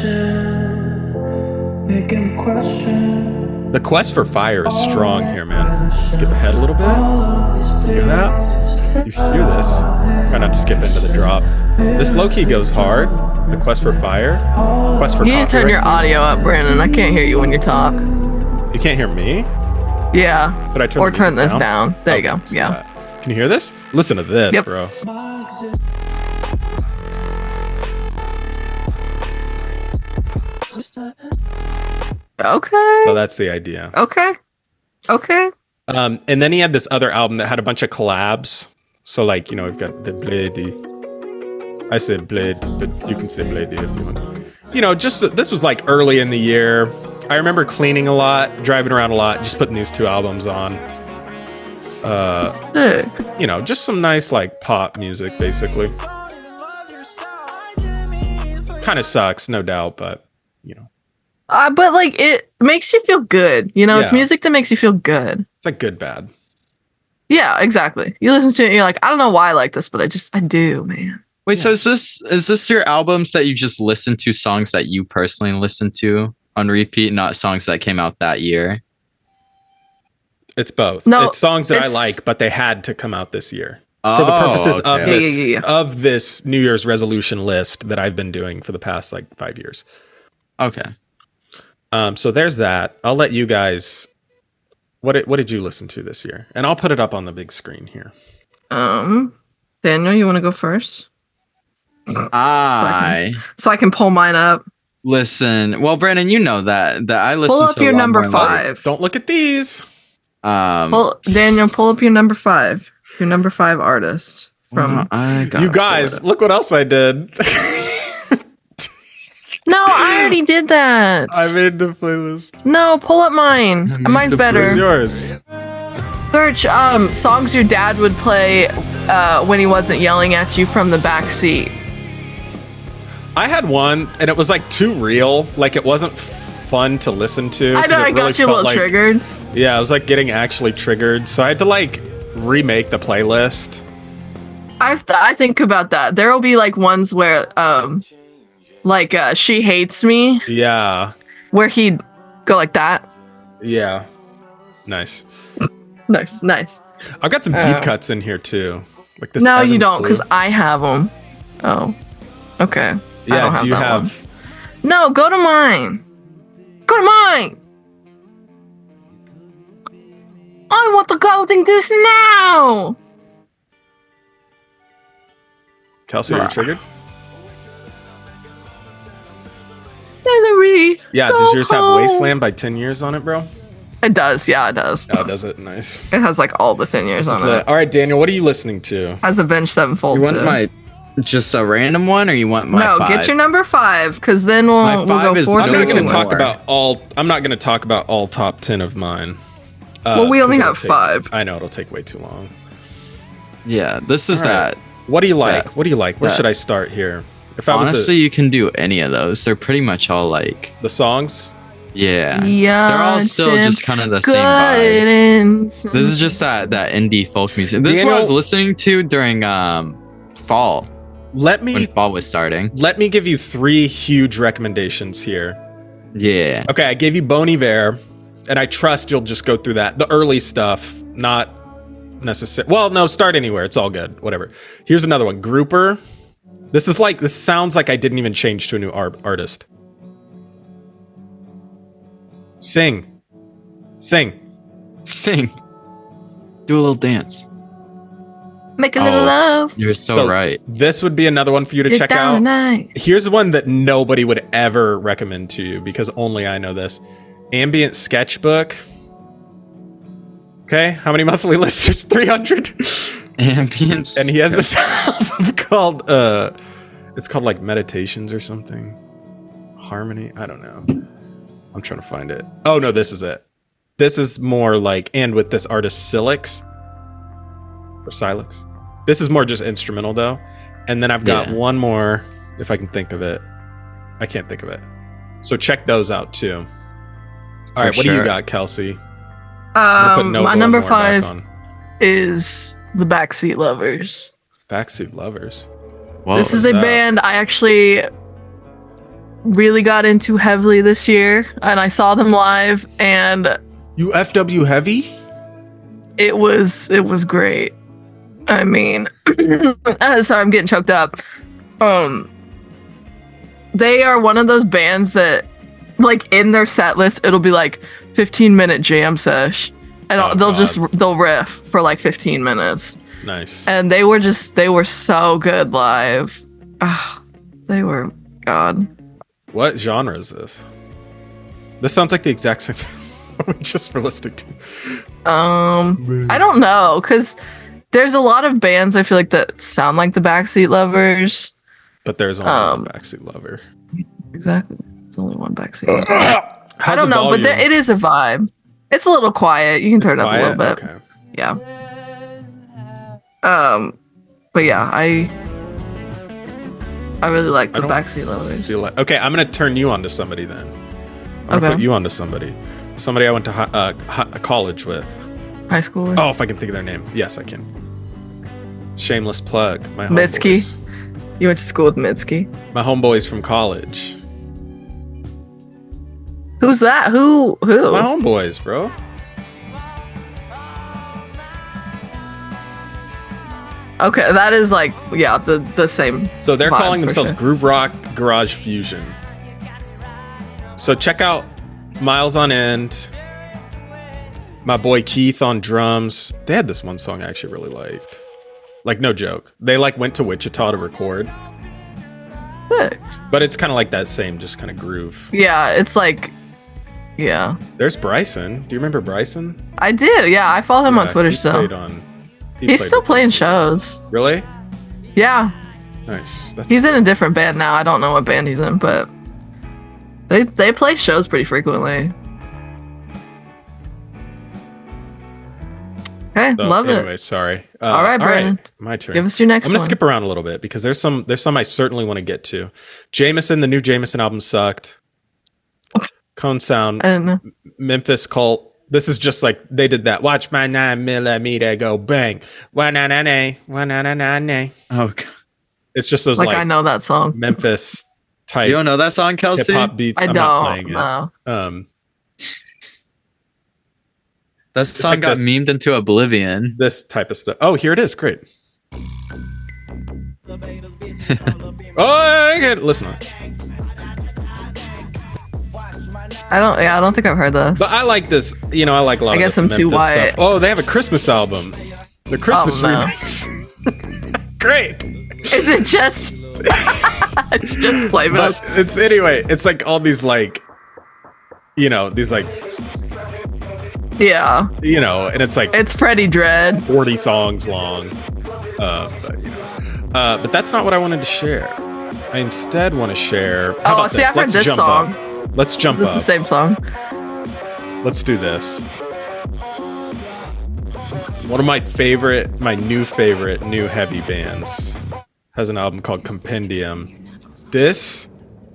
Speaker 1: Making me question
Speaker 2: the quest for fire is strong here man skip ahead a little bit
Speaker 1: all these
Speaker 2: hear that you hear this try not to skip into the drop this low-key goes hard the quest for fire quest for
Speaker 3: You need to turn your
Speaker 2: copyright.
Speaker 3: audio up, Brandon. I can't hear you when you talk.
Speaker 2: you can't hear me
Speaker 3: Yeah.
Speaker 2: but i turn
Speaker 3: Or
Speaker 2: the
Speaker 3: turn
Speaker 2: music
Speaker 3: this down. There you go.
Speaker 2: Okay, so
Speaker 3: Yeah.
Speaker 2: that- Can you hear this? Listen to this,
Speaker 3: Yep.
Speaker 2: bro. So
Speaker 3: Okay.
Speaker 2: that's the idea.
Speaker 3: Okay. Okay.
Speaker 2: Um, and then he had this other album that had a bunch of collabs. So like, you know, we've got the Blady. I said Blade, but you can say Blady if you want. You know, just this was like early in the year. I remember cleaning a lot, driving around a lot, just putting these two albums on. Uh,
Speaker 3: Sick.
Speaker 2: you know, just some nice like pop music, basically. Kind of sucks, no doubt, but you know,
Speaker 3: Uh, but like it makes you feel good. You know, it's
Speaker 2: Yeah.
Speaker 3: music that makes you feel good.
Speaker 2: it's like good bad.
Speaker 3: Yeah, exactly. You listen to it, and you're like, I don't know why I like this, but I just I do, man.
Speaker 5: Wait, so is this is this your albums that you just listen to songs that you personally listen to on repeat, not songs that came out that year?
Speaker 2: It's both.
Speaker 3: No,
Speaker 2: it's songs that I
Speaker 3: it's-
Speaker 2: like, but they had to come out this year for the purposes Oh,
Speaker 5: Oh,
Speaker 2: of
Speaker 3: Yeah,
Speaker 2: this
Speaker 3: yeah, yeah,
Speaker 2: of this New Year's resolution list that I've been doing for the past like five years.
Speaker 5: Okay.
Speaker 2: Um, so there's that. I'll let you guys. What did, what did you listen to this year? And I'll put it up on the big screen here.
Speaker 3: Um, Daniel, you want to go first
Speaker 5: I
Speaker 3: so I can pull mine up.
Speaker 5: listen. Well, Brandon, you know that that I listen.
Speaker 3: Pull up
Speaker 5: to a
Speaker 3: your
Speaker 5: lot
Speaker 3: number
Speaker 5: more like-
Speaker 3: five.
Speaker 2: Don't look at these.
Speaker 5: Um,
Speaker 3: Pull Daniel, pull up your number five. Your number five artist from.
Speaker 5: well, I got
Speaker 2: you guys, look what else I did. Mm-hmm.
Speaker 3: No, I already did that.
Speaker 2: I made the playlist.
Speaker 3: no, pull up mine.
Speaker 5: I mean,
Speaker 3: Mine's
Speaker 5: the
Speaker 2: Where's
Speaker 3: better.
Speaker 5: Sure.
Speaker 2: yours?
Speaker 3: Search um songs your dad would play uh, when he wasn't yelling at you from the back seat.
Speaker 2: I had one, and it was like too real. Like it wasn't fun to listen to.
Speaker 3: I
Speaker 2: 'cause
Speaker 3: know
Speaker 2: it
Speaker 3: I
Speaker 2: really
Speaker 3: got you a
Speaker 2: felt
Speaker 3: little
Speaker 2: like-
Speaker 3: triggered.
Speaker 2: Yeah, I was like getting actually triggered, so I had to like remake the playlist.
Speaker 3: I I think about that. There will be like ones where um like uh she hates me
Speaker 2: Yeah,
Speaker 3: where he'd go like that.
Speaker 2: yeah, nice.
Speaker 3: Nice, nice.
Speaker 2: I've got some
Speaker 3: Uh,
Speaker 2: deep cuts in here too. Like this.
Speaker 3: no, you
Speaker 2: Evans
Speaker 3: don't
Speaker 2: Blue.
Speaker 3: cuz I have them. Oh. Okay.
Speaker 2: yeah,
Speaker 3: I don't have
Speaker 2: do you
Speaker 3: that
Speaker 2: have?
Speaker 3: one. No, go to mine. Go to mine. I want the golden goose now.
Speaker 2: Kelsey, are you
Speaker 3: Nah.
Speaker 2: triggered?
Speaker 3: Hillary.
Speaker 2: Yeah.
Speaker 3: Go
Speaker 2: does yours have
Speaker 3: home.
Speaker 2: Wasteland by ten years on it, bro?
Speaker 3: It does. Yeah, it does.
Speaker 2: Oh, does it? Nice.
Speaker 3: It has like all the seniors
Speaker 2: This is
Speaker 3: on
Speaker 2: the-
Speaker 3: it.
Speaker 2: all right, Daniel. What are you listening to?
Speaker 3: Has Avenged Sevenfold.
Speaker 5: You want
Speaker 3: too.
Speaker 5: my just a random one, or you want my?
Speaker 3: no,
Speaker 5: five?
Speaker 3: get your number five, because then we'll,
Speaker 5: My
Speaker 3: we'll
Speaker 5: five
Speaker 3: go
Speaker 5: is
Speaker 3: forward.
Speaker 2: I'm not
Speaker 5: Don't
Speaker 2: going
Speaker 5: know.
Speaker 2: to talk
Speaker 5: More.
Speaker 2: about all. I'm not going to talk about all top ten of mine. Uh,
Speaker 3: Well, we only
Speaker 2: 'cause it'll
Speaker 3: have five.
Speaker 2: I know it'll take way too long.
Speaker 5: Yeah, this is
Speaker 2: All right.
Speaker 5: that.
Speaker 2: What do you like? What do you like? Where
Speaker 5: Yeah.
Speaker 2: should I start here? If I was
Speaker 5: Honestly,
Speaker 2: a,
Speaker 5: you can do any of those. They're pretty much all like,
Speaker 2: the songs,
Speaker 5: yeah.
Speaker 3: Yeah,
Speaker 5: They're all still
Speaker 3: Tim.
Speaker 5: just kind of the
Speaker 3: good.
Speaker 5: same vibe.
Speaker 3: and-
Speaker 5: This is just that that indie folk music. This is what I was
Speaker 2: Daniel-
Speaker 5: listening to during um fall
Speaker 2: let me
Speaker 5: when fall was starting.
Speaker 2: let me give you three huge recommendations here.
Speaker 5: Yeah.
Speaker 2: Okay, I gave you Bon Iver, and I trust you'll just go through that. The early stuff, not necessary. Well, no, start anywhere. It's all good. Whatever. Here's another one. Grouper. This is like this sounds like I didn't even change to a new ar- artist. Sing, sing.
Speaker 5: Sing. Do a little dance.
Speaker 3: Make a little
Speaker 5: Oh.
Speaker 3: love.
Speaker 5: You're so,
Speaker 2: So-
Speaker 5: right.
Speaker 2: This would be another one for you to
Speaker 3: Get
Speaker 2: check
Speaker 3: down
Speaker 2: out.
Speaker 3: tonight.
Speaker 2: Here's one that nobody would ever recommend to you because only I know this. Ambient Sketchbook. Okay, how many monthly listeners? 300.
Speaker 5: Ambience.
Speaker 2: And he has this album called uh it's called like Meditations or something. Harmony, I don't know. I'm trying to find it. Oh no, this is it. This is more like and with this artist Silix or Silix. This is more just instrumental though. And then I've got
Speaker 5: Yeah.
Speaker 2: one more if I can think of it. I can't think of it. So check those out too. All right,
Speaker 5: For
Speaker 2: what do you
Speaker 5: sure.
Speaker 2: got, Kelsey? I'm gonna put
Speaker 3: Um,
Speaker 2: No
Speaker 3: my
Speaker 2: Go
Speaker 3: number
Speaker 2: More back
Speaker 3: five
Speaker 2: on.
Speaker 3: is the Backseat Lovers.
Speaker 2: Backseat Lovers.
Speaker 5: Whoa.
Speaker 3: this is a
Speaker 2: wow.
Speaker 3: band I actually really got into heavily this year, and I saw them live, and
Speaker 2: You FW heavy?
Speaker 3: it was it was great. I mean, uh, sorry, I'm getting choked up. Um, they are one of those bands that, like, in their set list, it'll be like 15 minute jam sesh, and
Speaker 2: Oh,
Speaker 3: they'll
Speaker 2: God.
Speaker 3: just they'll riff for like 15 minutes.
Speaker 2: Nice.
Speaker 3: and they were just they were so good live Ah, they were god
Speaker 2: What genre is this? This sounds like the exact same thing just for listening to.
Speaker 3: um i don't know because there's a lot of bands i feel like that sound like the backseat lovers
Speaker 2: But there's only
Speaker 3: Um,
Speaker 2: one backseat lover.
Speaker 3: exactly there's only one backseat Lover.
Speaker 2: How's
Speaker 3: i don't
Speaker 2: the
Speaker 3: know but
Speaker 2: Uh, volume?
Speaker 3: there, it is a vibe it's a little quiet you can turn it up a little
Speaker 2: Quiet?
Speaker 3: bit
Speaker 2: Okay.
Speaker 3: yeah um but yeah i i really like
Speaker 2: I
Speaker 3: the
Speaker 2: don't
Speaker 3: backseat lovers
Speaker 2: Feel like- okay, I'm gonna turn you on to somebody then. I'm gonna
Speaker 3: Okay.
Speaker 2: put you on to somebody. Somebody I went to hi- uh, hi- college with.
Speaker 3: high school
Speaker 2: Oh, if I can think of their name. Yes, I can. Shameless plug. My
Speaker 3: Mitski.
Speaker 2: homeboys.
Speaker 3: you went to school with mitski
Speaker 2: My homeboys from college.
Speaker 3: who's that who who
Speaker 2: My homeboys, bro.
Speaker 3: Okay, that is like yeah, the the same.
Speaker 2: So they're
Speaker 3: Vibe,
Speaker 2: calling
Speaker 3: for
Speaker 2: themselves
Speaker 3: sure.
Speaker 2: Groove Rock Garage Fusion. So check out Miles on End, my boy Keith on drums. They had this one song I actually really liked. Like no joke. They like went to Wichita to record,
Speaker 3: Sick.
Speaker 2: but it's kind of like that same just kind of groove.
Speaker 3: Yeah, it's like yeah.
Speaker 2: There's Bryson. Do you remember Bryson?
Speaker 3: I do. Yeah, I follow him on
Speaker 2: Yeah,
Speaker 3: Twitter
Speaker 2: he
Speaker 3: still.
Speaker 2: played on- he
Speaker 3: He's
Speaker 2: played
Speaker 3: still
Speaker 2: with-
Speaker 3: playing shows.
Speaker 2: Really?
Speaker 3: Yeah,
Speaker 2: Nice. That's
Speaker 3: he's in a different band now. I don't know what band he's in, but they they play shows pretty frequently. Okay,
Speaker 2: so,
Speaker 3: love
Speaker 2: anyway,
Speaker 3: it.
Speaker 2: sorry. Uh,
Speaker 3: All right, Brandon.
Speaker 2: My turn.
Speaker 3: Give us your next
Speaker 2: I'm gonna
Speaker 3: one.
Speaker 2: skip around a little bit because there's some there's some I certainly want to get to. Jameson, the new Jameson album sucked. Cone Sound,
Speaker 3: and
Speaker 2: Memphis Cult. This is just like they did that. Watch my nine millimeter go bang. Why na na na? Why na na na na?
Speaker 5: oh, God.
Speaker 2: It's just those
Speaker 3: like,
Speaker 2: like,
Speaker 3: I know that song.
Speaker 2: Memphis
Speaker 5: you
Speaker 2: type
Speaker 5: don't know that song,
Speaker 2: hip
Speaker 5: Kelsey?
Speaker 2: hop beats.
Speaker 3: I
Speaker 2: I'm not playing it.
Speaker 3: don't know.
Speaker 2: Um,
Speaker 5: That song
Speaker 2: like
Speaker 5: got
Speaker 2: this-
Speaker 5: memed into oblivion.
Speaker 2: this type of stuff. Oh, here it is. Great. oh, I get it. listen. on.
Speaker 3: I don't. Yeah, I don't think I've heard this.
Speaker 2: But I like this. You know, I like a lot.
Speaker 3: I
Speaker 2: of
Speaker 3: guess
Speaker 2: this
Speaker 3: I'm too
Speaker 2: Memphis stuff.
Speaker 3: white. Oh,
Speaker 2: Oh, they have a Christmas album. The Christmas
Speaker 3: no.
Speaker 2: remix. Great.
Speaker 3: Is it just? it's just Slave
Speaker 2: But it's anyway. It's like all these like, you know, these like,
Speaker 3: Yeah,
Speaker 2: you know, and it's like
Speaker 3: it's Freddie Dread.
Speaker 2: forty songs long. Uh, but, you know, uh, but that's not what I wanted to share. I instead want to share. How
Speaker 3: Oh,
Speaker 2: about
Speaker 3: see,
Speaker 2: this?
Speaker 3: I've heard
Speaker 2: Let's
Speaker 3: this
Speaker 2: jump
Speaker 3: song.
Speaker 2: Up. Let's jump
Speaker 3: This
Speaker 2: up.
Speaker 3: is the same song.
Speaker 2: Let's do this. One of my favorite, my new favorite, new heavy bands has an album called Compendium. This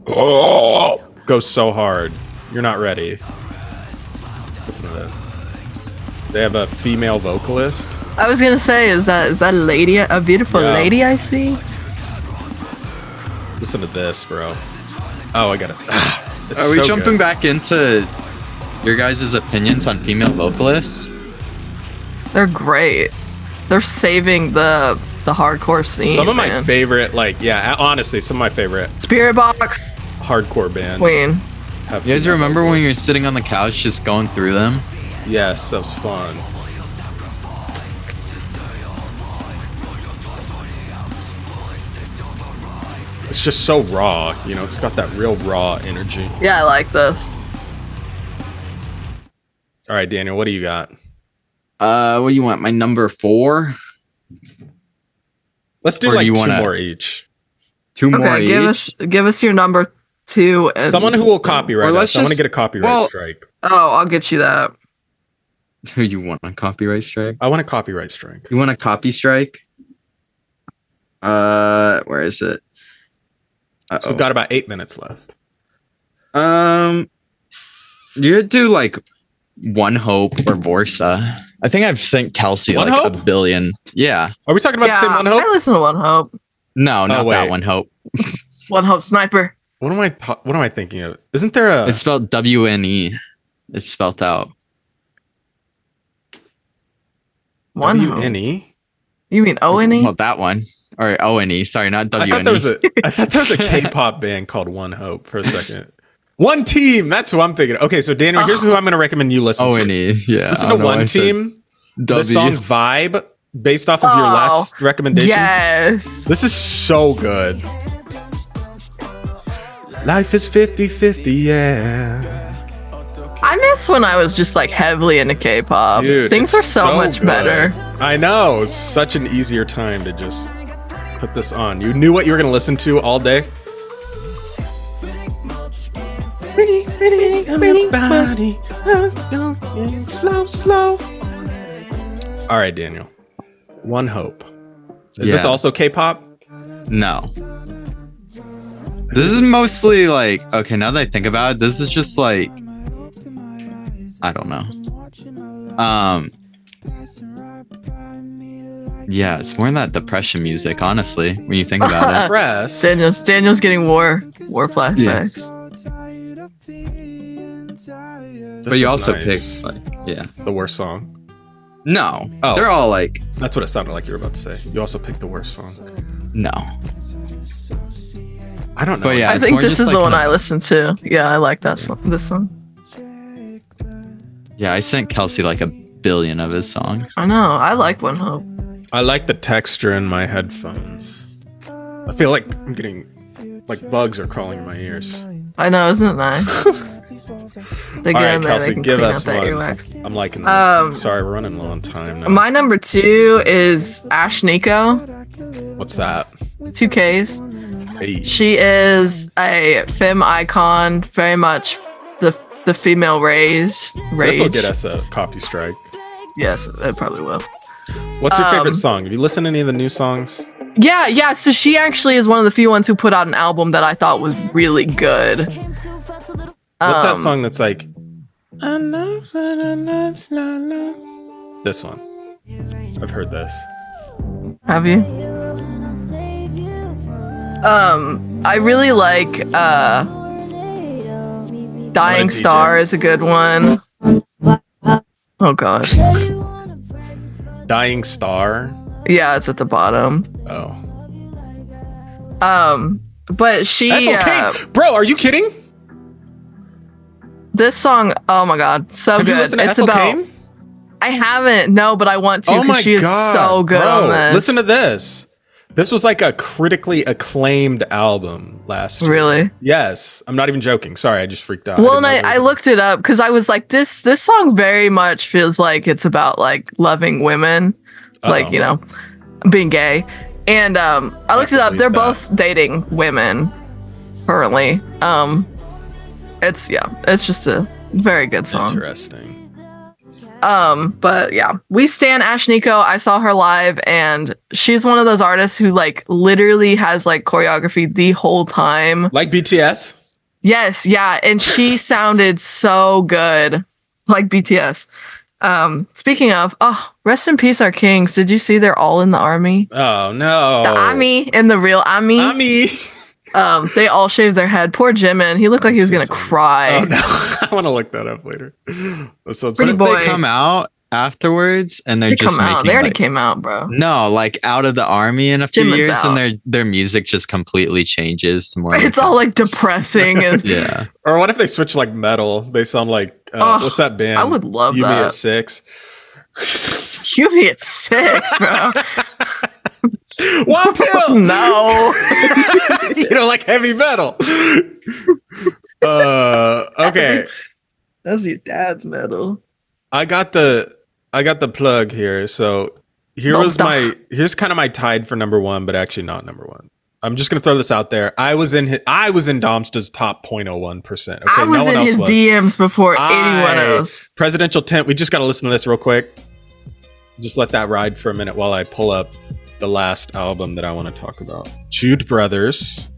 Speaker 2: oh, goes so hard. You're not ready. Listen to this. They have a female vocalist.
Speaker 3: I was gonna say, is that is that a lady, a beautiful
Speaker 2: Yeah.
Speaker 3: lady I see?
Speaker 2: Listen to this, bro. Oh, I gotta. Ah, it's
Speaker 5: Are we
Speaker 2: so
Speaker 5: jumping
Speaker 2: good.
Speaker 5: back into your guys' opinions on female vocalists?
Speaker 3: They're great. They're saving the the hardcore scene.
Speaker 2: Some of my
Speaker 3: man.
Speaker 2: favorite, like, yeah, honestly, some of my favorite
Speaker 3: Spirit Box
Speaker 2: hardcore bands.
Speaker 3: Queen.
Speaker 2: have
Speaker 5: You guys
Speaker 2: female
Speaker 5: remember when
Speaker 2: vocals.
Speaker 5: you were sitting on the couch just going through them?
Speaker 2: Yes, that was fun. It's just so raw, you know, it's got that real raw energy.
Speaker 3: Yeah, I like this.
Speaker 2: All right, Daniel, what do you got?
Speaker 5: Uh, what do you want? My number four?
Speaker 2: Let's do
Speaker 5: Or do
Speaker 2: like
Speaker 5: you
Speaker 2: 2
Speaker 5: wanna-
Speaker 2: more each.
Speaker 5: Two more
Speaker 3: Okay, give
Speaker 5: each?
Speaker 3: us give us your number two. And,
Speaker 2: Someone who will copyright
Speaker 5: Uh, Or let's
Speaker 2: us. I want to
Speaker 5: just-
Speaker 2: get a copyright
Speaker 5: well-
Speaker 2: strike.
Speaker 3: Oh, I'll get you that.
Speaker 5: Do you want a copyright strike?
Speaker 2: I want a copyright strike.
Speaker 5: You want a copy strike? Uh, where is it?
Speaker 2: So
Speaker 5: Uh-oh.
Speaker 2: we've got about eight minutes left.
Speaker 5: Um, you do like One Hope or Vorsa. I think I've sent Kelsey
Speaker 2: One
Speaker 5: like
Speaker 2: Hope?
Speaker 5: a billion. Yeah.
Speaker 2: Are we talking about
Speaker 3: yeah,
Speaker 2: the same one
Speaker 3: I
Speaker 2: hope?
Speaker 3: listen to One Hope.
Speaker 5: No, not
Speaker 2: Oh, wait.
Speaker 5: that One Hope.
Speaker 3: One Hope Sniper.
Speaker 2: What am I ta- what am I thinking of? Isn't there a
Speaker 5: It's spelled W N E. It's spelled out.
Speaker 3: One Hope.
Speaker 2: WNE?
Speaker 3: You mean O N E?
Speaker 5: Well, that one. Or O N E. Sorry, not
Speaker 2: I
Speaker 5: W
Speaker 2: thought
Speaker 5: N
Speaker 2: there was
Speaker 5: E.
Speaker 2: a I thought there was a K-pop band called One Hope for a second. One Team. That's who I'm thinking. Okay, so Daniel, here's
Speaker 3: Oh.
Speaker 2: who I'm going to recommend you listen
Speaker 5: O N
Speaker 2: to.
Speaker 5: E. Yeah.
Speaker 2: Listen to
Speaker 5: I don't know why I
Speaker 2: One
Speaker 5: said
Speaker 2: Team. The
Speaker 5: W. E.
Speaker 2: song "Vibe" based off of your
Speaker 3: Oh,
Speaker 2: last recommendation.
Speaker 3: Yes.
Speaker 2: This is so good. Life is 50-50, yeah.
Speaker 3: I miss when I was just like heavily into K-pop.
Speaker 2: Dude,
Speaker 3: Things
Speaker 2: it's
Speaker 3: are so, much
Speaker 2: good.
Speaker 3: better.
Speaker 2: I know. It's such an easier time to just put this on. You knew what you were going to listen to all day. Oh, Slow, slow. All right, Daniel. One Hope. Is this
Speaker 5: Yeah.
Speaker 2: also K-pop?
Speaker 5: No. This is mostly like okay. Now that I think about it, this is just like I don't know. Um. Yeah, it's more that depression music, honestly. When you think about it,
Speaker 2: Press.
Speaker 3: Daniel's Daniel's getting war war flashbacks.
Speaker 5: but you also pick like yeah.
Speaker 2: picked the worst song.
Speaker 5: No,
Speaker 2: Oh.
Speaker 5: they're all like
Speaker 2: That's what it sounded like you were about to say. You also picked the worst song.
Speaker 5: no.
Speaker 2: I don't know.
Speaker 5: But yeah,
Speaker 3: I
Speaker 5: it's
Speaker 3: think
Speaker 5: more
Speaker 3: this
Speaker 5: just
Speaker 3: is
Speaker 5: like
Speaker 3: the one
Speaker 5: an-
Speaker 3: I listen to. Yeah, I like that song. This song.
Speaker 5: Yeah, I sent Kelsey like a billion of his songs.
Speaker 3: I know. I like One Hope.
Speaker 2: I like the texture in my headphones. I feel like I'm getting like bugs are crawling in my ears.
Speaker 3: I know, isn't it nice? they get
Speaker 2: All right,
Speaker 3: in there,
Speaker 2: Kelsey,
Speaker 3: they can
Speaker 2: give
Speaker 3: clean
Speaker 2: us
Speaker 3: out that
Speaker 2: one.
Speaker 3: earwax.
Speaker 2: I'm liking this.
Speaker 3: Um,
Speaker 2: Sorry, we're running low on time now.
Speaker 3: My number two is Ash Nico,
Speaker 2: What's that?
Speaker 3: two Ks.
Speaker 2: Hey.
Speaker 3: She is a femme icon, very much the the female rage. rage.
Speaker 2: This will get us a copy strike.
Speaker 3: Yes, it probably will.
Speaker 2: What's your
Speaker 3: Um,
Speaker 2: favorite song? Have you listened to any of the new songs?
Speaker 3: Yeah, yeah. So she actually is one of the few ones who put out an album that I thought was really good. What's
Speaker 2: What's
Speaker 3: um,
Speaker 2: that song that's like? This one. I've heard this.
Speaker 3: Have you? Um, I really like uh,
Speaker 2: What a
Speaker 3: Dying
Speaker 2: DJ.
Speaker 3: Star is a good one. Oh gosh,
Speaker 2: Dying Star.
Speaker 3: yeah, it's at the bottom.
Speaker 2: Oh.
Speaker 3: Um, but she uh,
Speaker 2: Ethel King! Bro, are you kidding?
Speaker 3: this song, oh my god, so
Speaker 2: Have
Speaker 3: good.
Speaker 2: you listened to
Speaker 3: it's
Speaker 2: Ethel
Speaker 3: about
Speaker 2: Kane?
Speaker 3: I haven't no, but I want to
Speaker 2: Oh
Speaker 3: because
Speaker 2: my
Speaker 3: she is
Speaker 2: god.
Speaker 3: so good
Speaker 2: bro,
Speaker 3: on this.
Speaker 2: Listen to this. This was like a critically acclaimed album last year.
Speaker 3: really.
Speaker 2: Yes. I'm not even joking. Sorry, I just freaked out.
Speaker 3: well
Speaker 2: didn't
Speaker 3: and
Speaker 2: know
Speaker 3: I,
Speaker 2: there was
Speaker 3: I
Speaker 2: a-
Speaker 3: looked it up because i was like this this song very much feels like it's about like loving women like
Speaker 2: Uh-oh.
Speaker 3: you know being gay and um i looked it up
Speaker 2: believe
Speaker 3: they're
Speaker 2: that.
Speaker 3: both dating women currently um it's yeah it's just a very good song
Speaker 2: Interesting.
Speaker 3: Um, but yeah, we stand Ash Nico. I saw her live, and she's one of those artists who like literally has like choreography the whole time.
Speaker 6: Like BTS.
Speaker 3: Yes, yeah, and she sounded so good, like BTS. Um, speaking of, oh, rest in peace, our kings. Did you see they're all in the army?
Speaker 6: Oh no.
Speaker 3: The Ami and the real Ami.
Speaker 6: Ami.
Speaker 3: Um, they all shaved their head. Poor Jimin, he looked like he was gonna cry.
Speaker 2: Oh no, I want to look that up later. That sounds
Speaker 3: Pretty
Speaker 2: so-
Speaker 3: boy.
Speaker 5: They come out afterwards and they're
Speaker 3: They
Speaker 5: just
Speaker 3: come out.
Speaker 5: making.
Speaker 3: They already
Speaker 5: like-
Speaker 3: came out, bro.
Speaker 5: No, like out of the army in a few
Speaker 3: Jimin's
Speaker 5: years,
Speaker 3: out.
Speaker 5: and their their music just completely changes to more.
Speaker 3: It's
Speaker 5: like-
Speaker 3: all like depressing, and
Speaker 5: yeah.
Speaker 2: Or what if they switch like metal? They sound like uh,
Speaker 3: Oh,
Speaker 2: what's that band?
Speaker 3: I would love
Speaker 2: Yumi
Speaker 3: that.
Speaker 2: at six.
Speaker 3: Cubie at six, bro. Oh,
Speaker 2: One pill.
Speaker 3: no.
Speaker 2: you know, like heavy metal. uh, okay,
Speaker 3: That's your dad's medal.
Speaker 2: I got the I got the plug here. So here
Speaker 3: Dum
Speaker 2: was
Speaker 3: dum.
Speaker 2: my here's kind of my tied for number one, but actually not number one. I'm just gonna throw this out there. I was in his, I was in Domsta's top 0.01 percent. Okay,
Speaker 3: I was
Speaker 2: no one
Speaker 3: in
Speaker 2: else
Speaker 3: his
Speaker 2: was.
Speaker 3: DMs before anyone
Speaker 2: I-
Speaker 3: else.
Speaker 2: Presidential tent. We just gotta listen to this real quick. Just let that ride for a minute while I pull up the last album that I want to talk about. Jude Brothers.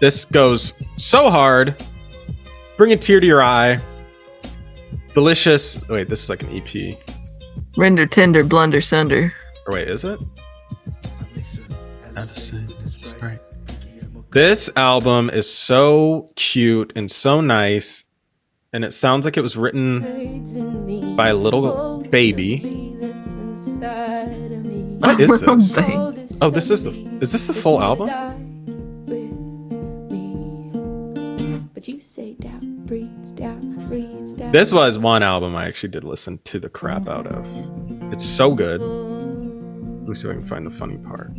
Speaker 2: This goes so hard. Bring a tear to your eye. Delicious. Oh, Wait, this is like an E EP.
Speaker 3: Render tender, blunder sunder.
Speaker 2: Or wait, is it? This album is so cute and so nice, and it sounds like it was written.
Speaker 7: by a little baby.
Speaker 2: What is this?
Speaker 3: Dang.
Speaker 7: Oh, this is the is this the full album?
Speaker 2: This was one album I actually did listen to the crap out of. It's so good. Let me see if I can find the funny part.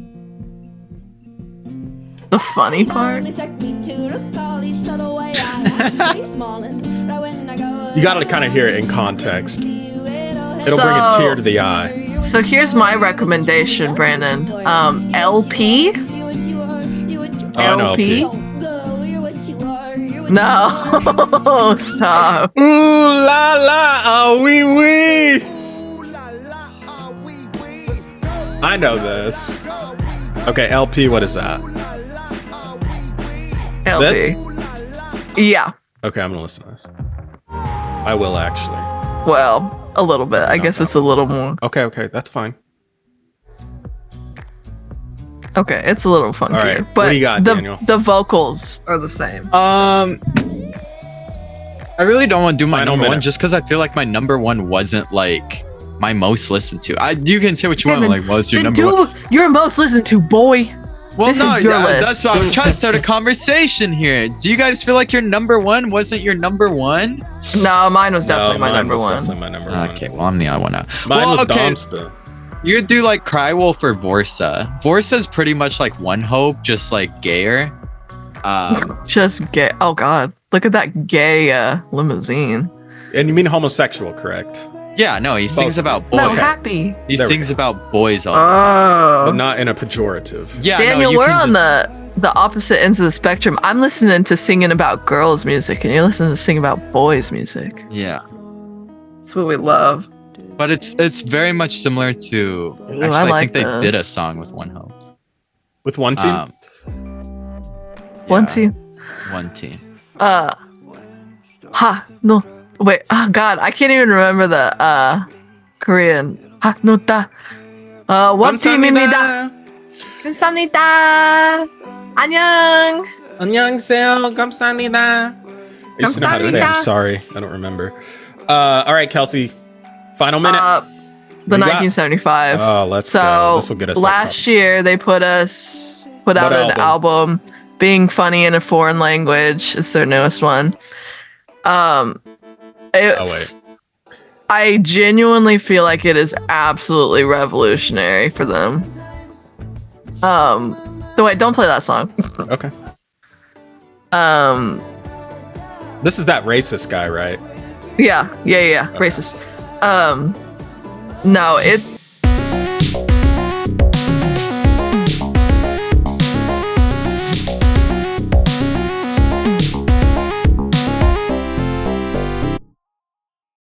Speaker 3: The funny part?
Speaker 7: you gotta kind of hear it in context.
Speaker 2: It'll
Speaker 7: It'll
Speaker 2: bring a
Speaker 3: So-
Speaker 2: tear to the eye.
Speaker 3: So here's my recommendation, Brandon. Um, LP?
Speaker 2: Oh, I know
Speaker 3: LP?
Speaker 2: LP.
Speaker 3: No. Stop.
Speaker 2: Ooh la la, ah wee wee. I know this. Okay, LP, what is that?
Speaker 3: LP.
Speaker 2: This?
Speaker 3: Yeah.
Speaker 2: Okay, I'm gonna listen to this. I will actually.
Speaker 3: Well, a little bit. I
Speaker 2: No,
Speaker 3: guess
Speaker 2: no.
Speaker 3: it's a little more.
Speaker 2: Okay, okay, that's fine.
Speaker 3: Okay, it's a little funkier.
Speaker 2: right, what
Speaker 3: But
Speaker 2: do you got,
Speaker 3: the,
Speaker 2: Daniel?
Speaker 3: the vocals are the same.
Speaker 5: Um, I really don't want to do my
Speaker 2: Final
Speaker 5: number one
Speaker 2: minute.
Speaker 5: just because I feel like my number one wasn't like my most listened to. I you can say what you
Speaker 3: Yeah,
Speaker 5: want,
Speaker 3: then-
Speaker 5: like what's your
Speaker 3: Then
Speaker 5: number
Speaker 3: do
Speaker 5: one?
Speaker 3: your most listened to, boy.
Speaker 5: Well,
Speaker 3: this
Speaker 5: no,
Speaker 3: is your
Speaker 5: yeah,
Speaker 3: list.
Speaker 5: that's why I was trying to start a conversation here. Do you guys feel like your number one wasn't your number one?
Speaker 3: No, mine was definitely
Speaker 2: No,
Speaker 3: my
Speaker 2: mine
Speaker 3: number
Speaker 2: was
Speaker 3: one. Ah,
Speaker 2: Definitely my number one.
Speaker 5: Okay, well I'm the odd one out.
Speaker 2: Mine
Speaker 5: well,
Speaker 2: was
Speaker 5: okay,
Speaker 2: Domsta.
Speaker 5: you do like Cry Wolf or Vorsa. Vorsa's pretty much like One Hope, just like gayer. Um,
Speaker 3: Just gay. Oh God, look at that gay uh, limousine.
Speaker 2: And you mean homosexual, correct?
Speaker 5: yeah, no, he sings
Speaker 2: Both.
Speaker 5: about boys.
Speaker 3: No,
Speaker 2: Okay.
Speaker 3: happy.
Speaker 5: He
Speaker 2: There we
Speaker 5: sings about boys all the time.
Speaker 2: But
Speaker 3: Oh,
Speaker 2: not in a pejorative.
Speaker 5: Yeah, no,
Speaker 3: Daniel,
Speaker 5: you
Speaker 3: we're
Speaker 5: can
Speaker 3: on
Speaker 5: just-
Speaker 3: the the opposite ends of the spectrum. I'm listening to singing about girls' music, and you're listening to sing about boys' music.
Speaker 5: Yeah,
Speaker 3: That's what we love.
Speaker 5: but it's it's very much similar to. Actually,
Speaker 3: I
Speaker 5: I,
Speaker 3: like
Speaker 5: think
Speaker 3: this.
Speaker 5: they did a song with One Hope.
Speaker 2: With one team?
Speaker 5: Um,
Speaker 3: One
Speaker 5: yeah,
Speaker 3: team.
Speaker 5: One team.
Speaker 3: uh ha no wait oh god i can't even remember the uh korean ha no da uh one team in da 감사합니다 안녕
Speaker 6: 안녕하세요. 감사합니다.
Speaker 2: I used to know how to say I'm
Speaker 3: 감사합니다.
Speaker 2: sorry. I don't remember. Uh, all right, Kelsey. Final minute.
Speaker 3: uh, the
Speaker 2: We got-
Speaker 3: 1975
Speaker 2: oh, let's go.
Speaker 3: so
Speaker 2: This will get us that
Speaker 3: last year they put us put
Speaker 2: What
Speaker 3: out an album being funny in a foreign language is their newest one um
Speaker 2: Oh,
Speaker 3: it's i genuinely feel like it is absolutely revolutionary for them um so wait don't play that song
Speaker 2: cup. Okay.
Speaker 3: um
Speaker 2: This is that racist guy, right?
Speaker 3: yeah yeah yeah, yeah racist um no it